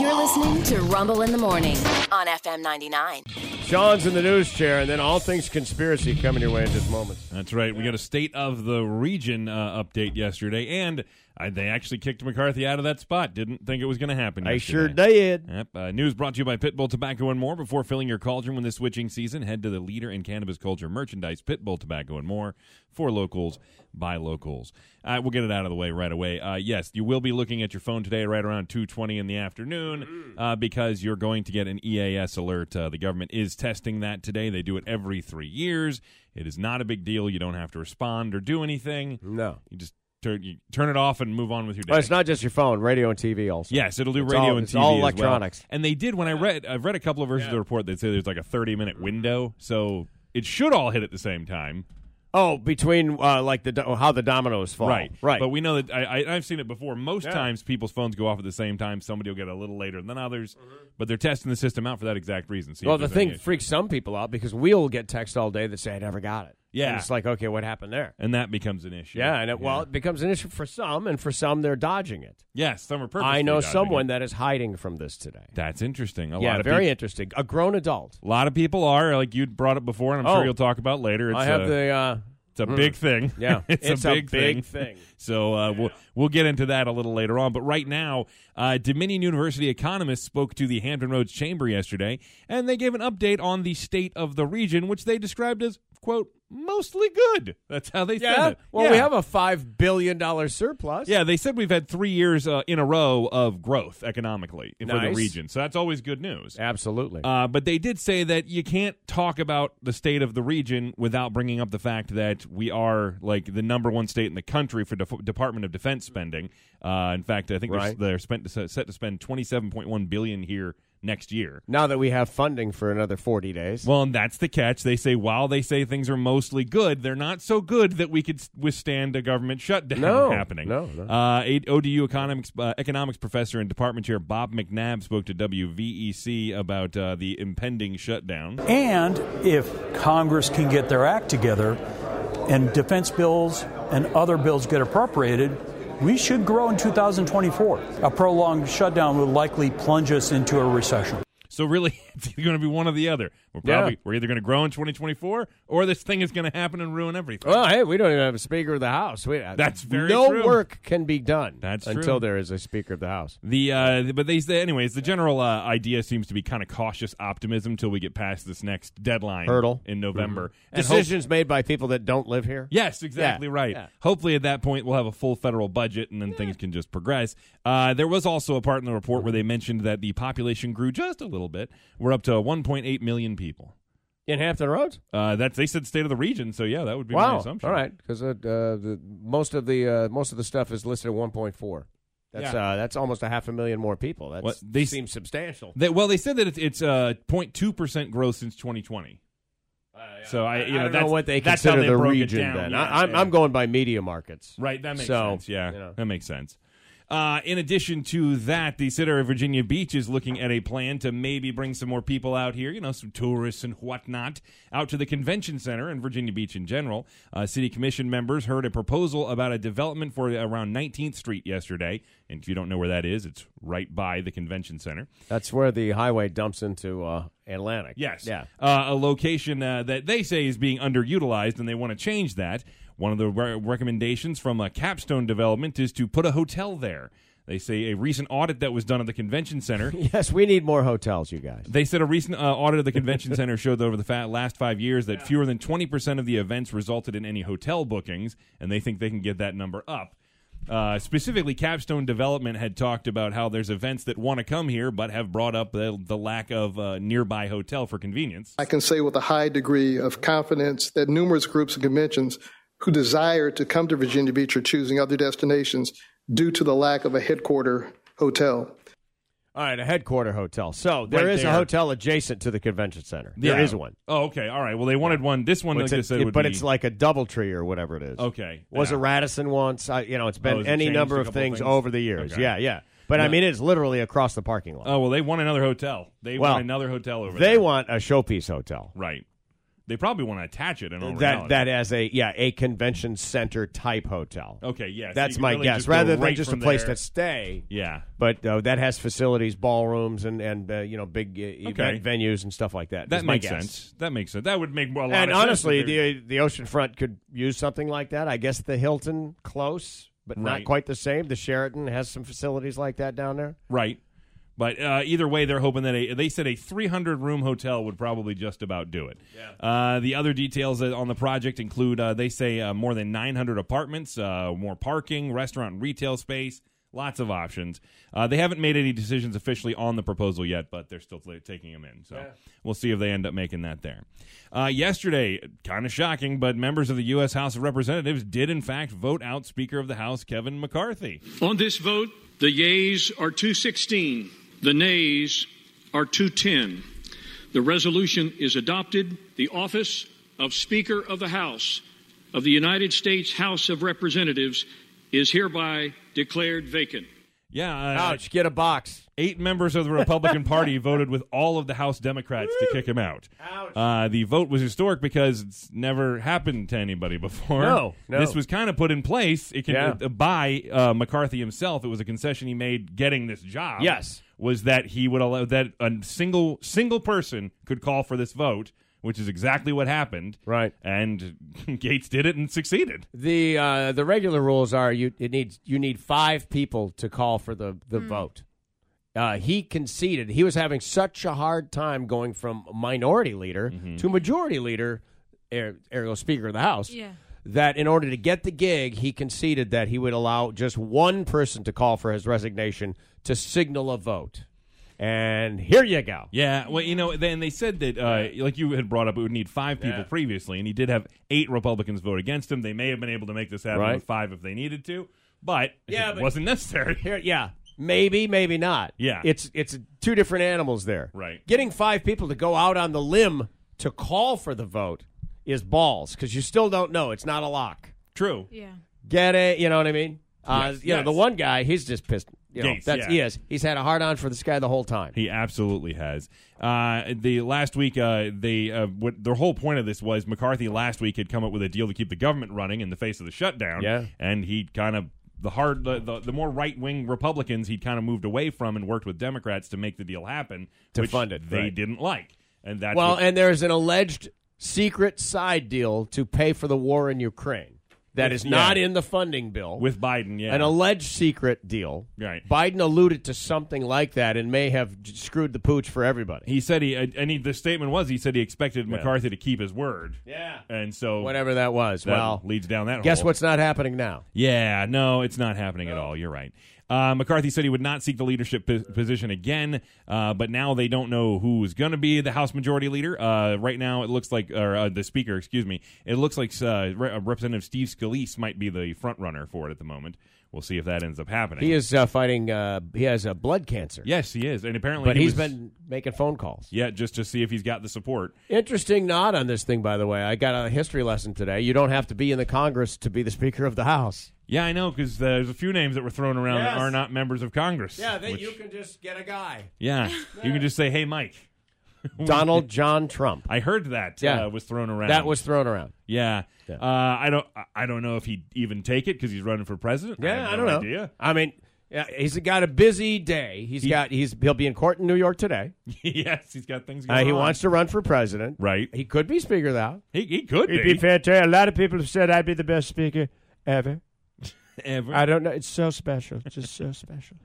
You're listening to Rumble in the Morning on FM 99. Sean's in the news chair, and then all things conspiracy coming your way in just moments. That's right. We got a state of the region uh, update yesterday, and I, they actually kicked McCarthy out of that spot. Didn't think it was going to happen. I yesterday. sure did. Yep. Uh, news brought to you by Pitbull Tobacco and More. Before filling your cauldron with this switching season, head to the leader in cannabis culture merchandise, Pitbull Tobacco and More, for locals by locals. Uh, we'll get it out of the way right away. Uh, yes, you will be looking at your phone today, right around two twenty in the afternoon, uh, because you're going to get an EAS alert. Uh, the government is testing that today. They do it every three years. It is not a big deal. You don't have to respond or do anything. No. You just turn you turn it off and move on with your day. Well, it's not just your phone, radio and TV also. Yes, it'll do It's radio all- and it's TV. all as well. electronics. And they did when I read I've read a couple of versions of the report that say there's like a 30 minute window, so it should all hit at the same time, Oh, between uh, like the do- how the dominoes fall. right? Right. But we know that I, I, I've seen it before. Most times, people's phones go off at the same time. Somebody will get a little later than others, but they're testing the system out for that exact reason. See if well, the there's any thing issue. freaks some people out because we'll get texts all day that say I never got it. Yeah. And it's like okay, what happened there? and that becomes an issue. Yeah, and it, well, it becomes an issue for some, and for some they're dodging it. yes, some are purposefully I know dodging someone it. that is hiding from this today. That's interesting. A lot yeah, of very peop- interesting. A grown adult. a lot of people are like you brought it before, and I'm Oh. sure you'll talk about later. It's I have uh, the uh, It's a big thing. Yeah. it's, It's a a big big thing. thing. so uh, we'll we'll get into that a little later on. But right now, uh, Dominion University economists spoke to the Hampton Roads Chamber yesterday, and they gave an update on the state of the region, which they described as quote mostly good. That's how they yeah. said it. Well, Yeah. we have a five billion dollar surplus. yeah, they said we've had three years uh, in a row of growth economically for the Nice. region, so that's always good news. absolutely. Uh, but they did say that you can't talk about the state of the region without bringing up the fact that we are like the number one state in the country for Def- Department of Defense spending. Uh, in fact, I think Right. they're, they're spent set to spend twenty seven point one billion here next year. now that we have funding for another forty days. Well, and that's the catch. They say while they say things are mostly good, they're not so good that we could s- withstand a government shutdown No, happening. no, no. Uh, eight- ODU economics uh, economics professor and department chair Bob McNabb spoke to WVEC about uh, the impending shutdown. And if Congress can get their act together and defense bills and other bills get appropriated, we should grow in 2024. A prolonged shutdown would likely plunge us into a recession. So really, it's going to be one or the other. We're Yeah. probably we're either going to grow in 2024 or this thing is going to happen and ruin everything. Well, hey, we don't even have a Speaker of the House. We, uh, That's very no true. work can be done. That's true. until there is a Speaker of the House. The uh, but they say anyways. The general uh, idea seems to be kind of cautious optimism till we get past this next deadline Hurdle. in November. And hope- Decisions made by people that don't live here. Yes, exactly Yeah, right. yeah. Hopefully, at that point, we'll have a full federal budget, and then things can just progress. Uh, there was also a part in the report where they mentioned that the population grew just a little bit. We're up to 1.8 million people. in Hampton Roads. Uh, that's they said state of the region. So yeah, that would be my Wow. assumption. All right, because uh, the, most of the uh, most of the stuff is listed at one point four. That's Yeah. uh, that's almost a half a million more people. That What- they s- seems substantial. They, well, they said that it's it's uh, 0.2 percent growth since 2020. So I, you know, Uh, I don't that's know what they that's consider how they the broke region. It down. Then Yeah, I, I'm, yeah. I'm going by media markets. right. That makes So, sense. Yeah, you know. that makes sense. Uh, in addition to that, the city of Virginia Beach is looking at a plan to maybe bring some more people out here, you know, some tourists and whatnot, out to the convention center and Virginia Beach in general. Uh, city commission members heard a proposal about a development for around 19th Street yesterday. And if you don't know where that is, it's right by the convention center. That's where the highway dumps into uh, Atlantic. Yes. Yeah. Uh, a location uh, that they say is being underutilized, and they want to change that. One of the re- recommendations from a capstone development is to put a hotel there. They say a recent audit that was done at the convention center. Yes, we need more hotels, you guys. They said a recent uh, audit of the convention center showed that over the fa- last five years that fewer than 20% of the events resulted in any hotel bookings, and they think they can get that number up. Uh, specifically, Capstone Development had talked about how there's events that want to come here but have brought up the, the lack of uh, nearby hotel for convenience. I can say with a high degree of confidence that numerous groups and conventions who desire to come to Virginia Beach are choosing other destinations due to the lack of a headquarter hotel. All right, a headquarter hotel. So there Right is there. a hotel adjacent to the convention center. There is Yeah. one. Oh, okay. All right. Well, they wanted one. This one, It's like I a- said, it- would but be- it's like a double tree or whatever it is. Okay. Was Yeah. a Radisson once? I, you know, it's Oh, been has it any changed a number of couple things, things? over the years. Okay. Yeah, yeah. But I No. mean, it's literally across the parking lot. Oh well, they want another hotel. They Well, want another hotel over they there. want a showpiece hotel. right. They probably want to attach it in all that reality. that as a yeah a convention center type hotel. Okay, yeah, so you that's can my really guess. just go Rather right than just a from place there. to stay. yeah. But uh, that has facilities, ballrooms, and and uh, you know big uh, event venues and stuff like that. That is my makes guess. sense. That makes sense. That would make a lot And of sense. honestly, if they're- the the oceanfront could use something like that. I guess the Hilton close, but Right. not quite the same. The Sheraton has some facilities like that down there. Right. But uh, either way, they're hoping that a, they said a 300 room hotel would probably just about do it. Uh, the other details that- on the project include uh, they say uh, more than 900 apartments, uh, more parking, restaurant, and retail space, lots of options. Uh, they haven't made any decisions officially on the proposal yet, but they're still t- taking them in. So we'll see if they end up making that there. Uh, yesterday, kind of shocking, but members of the U.S. House of Representatives did, in fact, vote out Speaker of the House Kevin McCarthy. On this vote, the yeas are 216, the nays are 210. The resolution is adopted. The office of Speaker of the House of the United States House of Representatives is hereby declared vacant. Yeah. uh, Ouch! Get a box. Eight members of the Republican Party voted with all of the House Democrats to kick him out. Uh, the vote was historic because it's never happened to anybody before. No, no. This was kind of put in place it can, Yeah. uh, by uh, McCarthy himself. It was a concession he made getting this job. Yes. Was that he would allow that a single single person could call for this vote, which is exactly what happened. Right. And Gates did it and succeeded. the uh, The regular rules are you it needs you need five people to call for the the vote. Uh, he conceded. He was having such a hard time going from minority leader to majority leader, er, ergo Speaker of the House. Yeah. That in order to get the gig, he conceded that he would allow just one person to call for his resignation to signal a vote. And here you go. Yeah, well, you know, then they said that, uh, like you had brought up, it would need five people previously, and he did have eight Republicans vote against him. They may have been able to make this happen Right. with five if they needed to, but Yeah, it but- wasn't necessary. Here, yeah, maybe, maybe not. Yeah. it's it's two different animals there. Right. Getting five people to go out on the limb to call for the vote is balls because you still don't know. It's not a lock. True. Yeah. Get it? You know what I mean? Uh, Yes, you know, the yes. one guy, he's just pissed. You know, Gates, that's yeah. he is. He's had a hard on for this guy the whole time. He absolutely has. Uh, the last week, uh, they uh, what their whole point of this was McCarthy last week had come up with a deal to keep the government running in the face of the shutdown. Yeah. and he kind of the hard the, the, the more right wing Republicans he'd kind of moved away from and worked with Democrats to make the deal happen To which fund it, They right. didn't like, and that's well, what- and there is an alleged secret side deal to pay for the war in Ukraine that With- is not yeah. in the funding bill with Biden, yeah. an alleged secret deal. Right. Biden alluded to something like that and may have j- screwed the pooch for everybody. he said he and he, the statement was he said he expected McCarthy to keep his word. Yeah. and so Whatever that was. that well, leads down that. guess hole. what's not happening now? Yeah, no, it's not happening at all. You're right. Uh, McCarthy said he would not seek the leadership po- position again, uh, but now they don't know who's going to be the House Majority Leader. Uh, right now, it looks like, or uh, the Speaker, excuse me, it looks like uh, Re- Representative Steve Scalise might be the front runner for it at the moment. We'll see if that ends up happening. He is uh, fighting, uh, he has uh, blood cancer. yes, he is, and apparently, But he he's was- been making phone calls. yeah, just to see if he's got the support. Interesting nod on this thing, by the way. I got a history lesson today. You don't have to be in the Congress to be the Speaker of the House. Yeah, I know because there's a few names that were thrown around that Yes. are not members of Congress. which- can just get a guy. Yeah, you can just say, "Hey, Mike." Donald John Trump. I heard that Yeah. uh, was thrown around. That was thrown around. Yeah. Uh, I don't. I- I don't know if he'd even take it because he's running for president. I, Yeah, have I, no don't know. Idea. I mean, yeah, he's got a busy day. He's got he's he'll be in court in New York today. yes, he's got things. Going Uh, he on. wants to run for president. Right. He could be speaker though. He, he could It'd be, be fantastic. A lot of people have said I'd be the best speaker ever. Ever. I don't know. It's so special. It's just so special.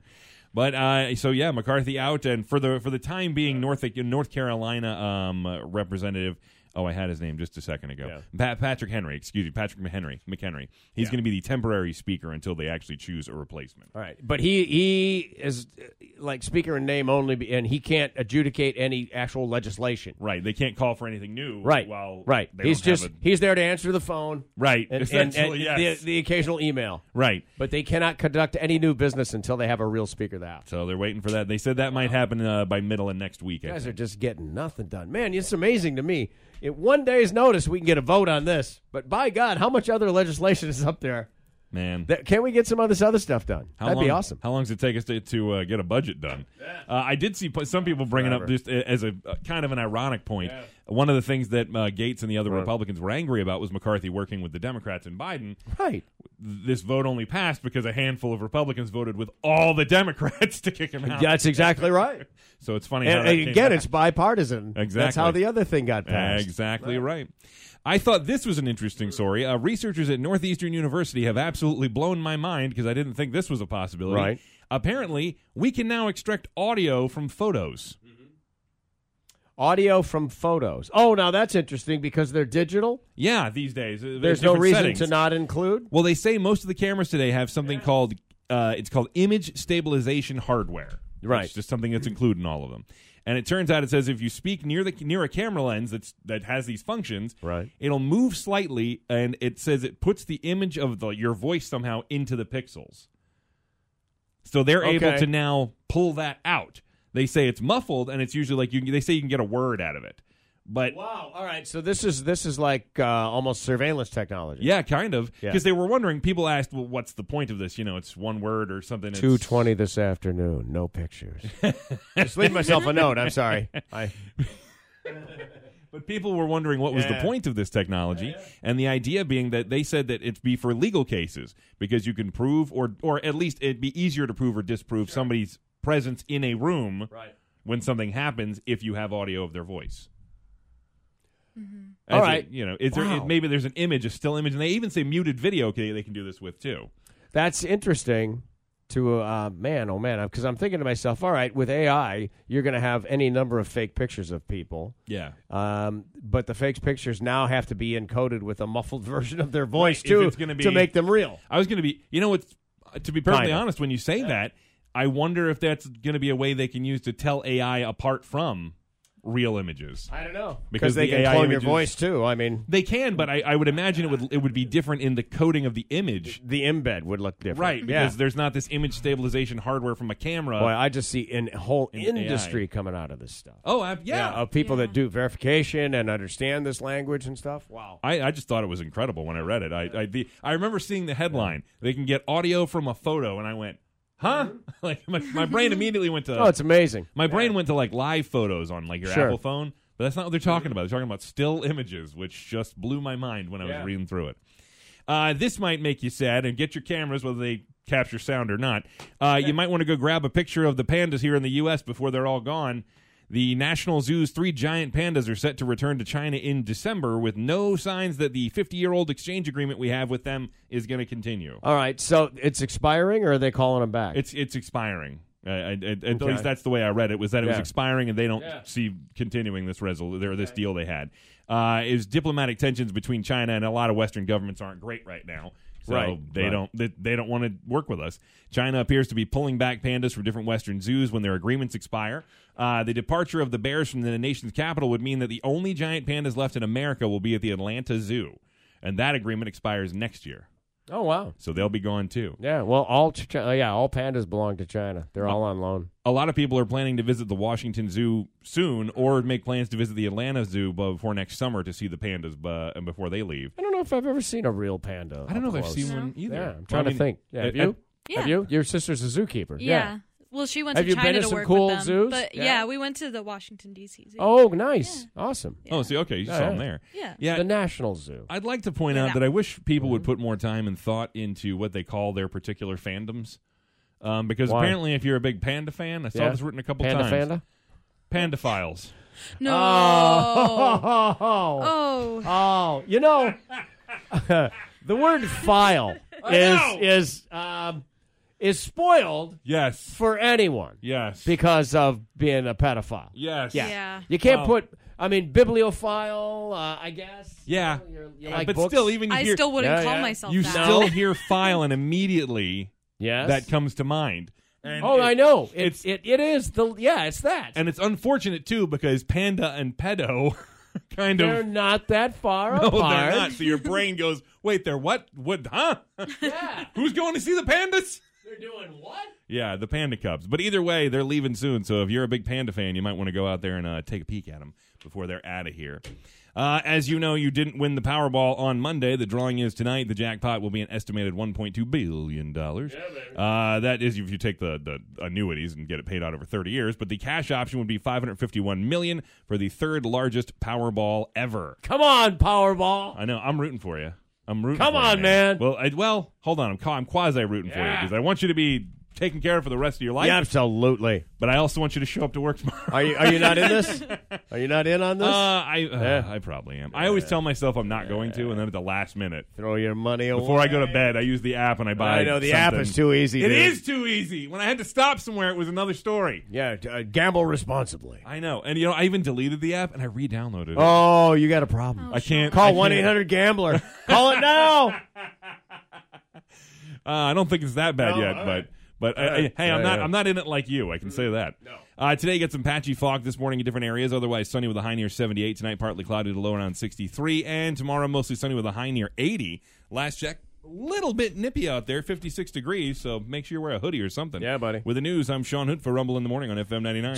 But uh, so yeah, McCarthy out, and for the for the time being, North North Carolina um, uh, representative. Oh, I had his name just a second ago. Pat, Patrick Henry, excuse me, Patrick McHenry. McHenry. He's going to be the temporary speaker until they actually choose a replacement. All right, but he he is uh, like speaker in name only, be- and he can't adjudicate any actual legislation. Right. They can't call for anything new. Right. While right. They He's don't have just a- he's there to answer the phone. Right, And, and, and essentially, yes. the, the occasional email. right. But they cannot conduct any new business until they have a real speaker there. So they're waiting for that. They said that might happen uh, by middle of next week. I You guys think. are just getting nothing done. Man, it's amazing to me. At one day's notice, we can get a vote on this. But by God, how much other legislation is up there Man. That, can we get some of this other stuff done? How That'd long, be awesome. How long does it take us to, to uh, get a budget done? Uh, I did see p- some people bringing up just a- as a uh, kind of an ironic point. One of the things that uh, Gates and the other Republicans were angry about was McCarthy working with the Democrats and Biden. Right. This vote only passed because a handful of Republicans voted with all the Democrats to kick him out. That's exactly right. So it's funny. how And, that and came again, back. it's bipartisan. That's Exactly. how the other thing got passed. Exactly right. I thought this was an interesting story. Uh, researchers at Northeastern University have absolutely blown my mind because I didn't think this was a possibility. Right. Apparently, we can now extract audio from photos. Audio from photos. Oh, now that's interesting because they're digital. Yeah, these days. uh, There's no different reason settings. to not include. Well, they say most of the cameras today have something called uh, it's called image stabilization hardware. Right. It's just something that's included in all of them. And it turns out it says if you speak near the near a camera lens that's that has these functions, Right. it'll move slightly and it says it puts the image of the your voice somehow into the pixels. So they're able Okay. to now pull that out. They say it's muffled and it's usually like you can, they say you can get a word out of it. But Wow. All right. So this is this is like uh, almost surveillance technology. Yeah, kind of. Yeah. Because they were wondering, people asked, well, what's the point of this? You know, it's one word or something. It's- Two twenty this afternoon. No pictures. Just leave myself a note. I'm sorry. I, But people were wondering what was the Yeah. point of this technology. And the idea being that they said that it'd be for legal cases because you can prove, or, or at least it'd be easier to prove or disprove somebody's presence in a room when something happens if you have audio of their voice. As Mm-hmm. All a- right. you know, is there, Wow. maybe there's an image, a still image, and they even say muted video. Okay, they can do this with too. that's interesting. To uh, man, oh man, because I'm thinking to myself, all right, with AI, you're going to have any number of fake pictures of people. Yeah, Um, but the fake pictures now have to be encoded with a muffled version of their voice Right, if too, it's gonna be- to make them real. I was going to be, you know, it's to be perfectly Kinda. honest. When you say that, I wonder if that's going to be a way they can use to tell AI apart from real images. I don't know because Because they the can AI clone images- your voice too. I mean, They can, but I, I would imagine it would it would be different in the coding of the image, the embed would look different, right? Yeah. Because there's not this image stabilization hardware from a camera. Boy, I just see uh, an whole In AI. industry coming out of this stuff. oh, I, yeah. of people that do verification and understand this language and stuff. Wow. I, I just thought it was incredible when I read it. I I, the, I remember seeing the headline. They can get audio from a photo, and I went, "Huh?" like my, my brain immediately went to Oh, it's amazing. My brain went to like live photos on like your Sure. Apple phone, but that's not what they're talking about. They're talking about still images, which just blew my mind when I was reading through it. Uh, this might make you sad, and get your cameras, whether they capture sound or not. Uh, you might want to go grab a picture of the pandas here in the U.S. before they're all gone. The National Zoo's three giant pandas are set to return to China in December with no signs that the 50 year old exchange agreement we have with them is going to continue. All right, so it's expiring, or are they calling them back? It's it's expiring. I, I, at- At least that's the way I read it. Was that it was Yeah. expiring, and they don't see continuing this resol or this deal they had. Uh, is diplomatic tensions between China and a lot of Western governments aren't great right now. So Right, they right. don't they, they don't want to work with us. China appears to be pulling back pandas from different Western zoos when their agreements expire. Uh, the departure of the bears from the nation's capital would mean that the only giant pandas left in America will be at the Atlanta Zoo, and that agreement expires next year. oh wow. So they'll be gone too. Yeah. Well, all ch- chi- yeah, all pandas belong to China. They're all on loan. a lot of people are planning to visit the Washington Zoo soon or make plans to visit the Atlanta Zoo bu- before next summer to see the pandas bu- and before they leave. I don't know if I've ever seen a real panda. I don't know up if I've close. seen one either. Yeah, I'm trying Well, I to mean, uh, think. Yeah, I- have you? Yeah. Have you? Your sister's a zookeeper. Yeah. Well, she went Have to you been China to to some work cool with them. zoos? But Yeah. yeah. we went to the Washington D.C. Zoo. Oh, nice. Awesome. Oh, see, okay, you Yeah, saw yeah. them there. Yeah. Yeah, The National Zoo. I'd like to point out Yeah. that I wish people Mm-hmm. would put more time and thought into what they call their particular fandoms. Um, because Why? apparently, if you're a big panda fan, I saw Yeah. this written a couple panda times. Fanda? Pandaphiles. No. Oh. Oh. Oh, oh, you know, the word file is is um, is spoiled Yes. for anyone Yes. because of being a pedophile. yes. Yeah. Yeah. You can't Oh. put I mean bibliophile, uh, I guess. Yeah. Uh, You, know, you like but books. still, even I here, still wouldn't Yeah, call yeah. myself you that. still hear file and immediately yes. that comes to mind. And Oh, it- I know. It's it's- it, it is the yeah, it's that. And it's unfortunate too because panda and pedo kind they're of not that far no, they're apart. not. So your brain goes, wait, they're what? What? Huh? Yeah. Who's going to see the pandas? They're doing what? Yeah, the panda cubs. But either way, they're leaving soon. So if you're a big panda fan, you might want to go out there and uh, take a peek at them before they're out of here. Uh, as you know, you didn't win the Powerball on Monday. The drawing is tonight. The jackpot will be an estimated $1.2 billion. uh, that is if you take the, the annuities and get it paid out over 30 years. But the cash option would be $551 million for the third largest Powerball ever. Come on, Powerball. I know. I'm rooting for you. I'm rooting. Come for on, you, man. Well, I, well, hold on. I'm, ca- I'm quasi rooting for you Yeah. because I want you to be taken care of for the rest of your life. Yeah, absolutely. But I also want you to show up to work tomorrow. Are you are you not in this? Are you not in on this? Uh, I, uh, I probably am. I always tell myself I'm not going to, and then at the last minute, Throw your money away. before I go to bed, I use the app and I buy. I know the app something. is too easy. It dude. is too easy. When I had to stop somewhere, it was another story. Yeah, d- uh, gamble responsibly. I know, and you know, I even deleted the app and I re-downloaded it. Oh, you got a problem. I can't I Call can't- one eight hundred Gambler. Call it now. Uh, I don't think it's that bad No, yet, all but right. but uh, right. Mm-hmm. hey, I'm Yeah, not yeah. I'm not in it like you. I can say that. Uh, today get some patchy fog this morning in different areas. Otherwise sunny with a high near 78 tonight. Partly cloudy to low around 63, and tomorrow mostly sunny with a high near 80. Last check. Little bit nippy out there, 56 degrees, so make sure you wear a hoodie or something. Yeah, buddy. With the news, I'm Sean Hood for Rumble in the Morning on FM 99.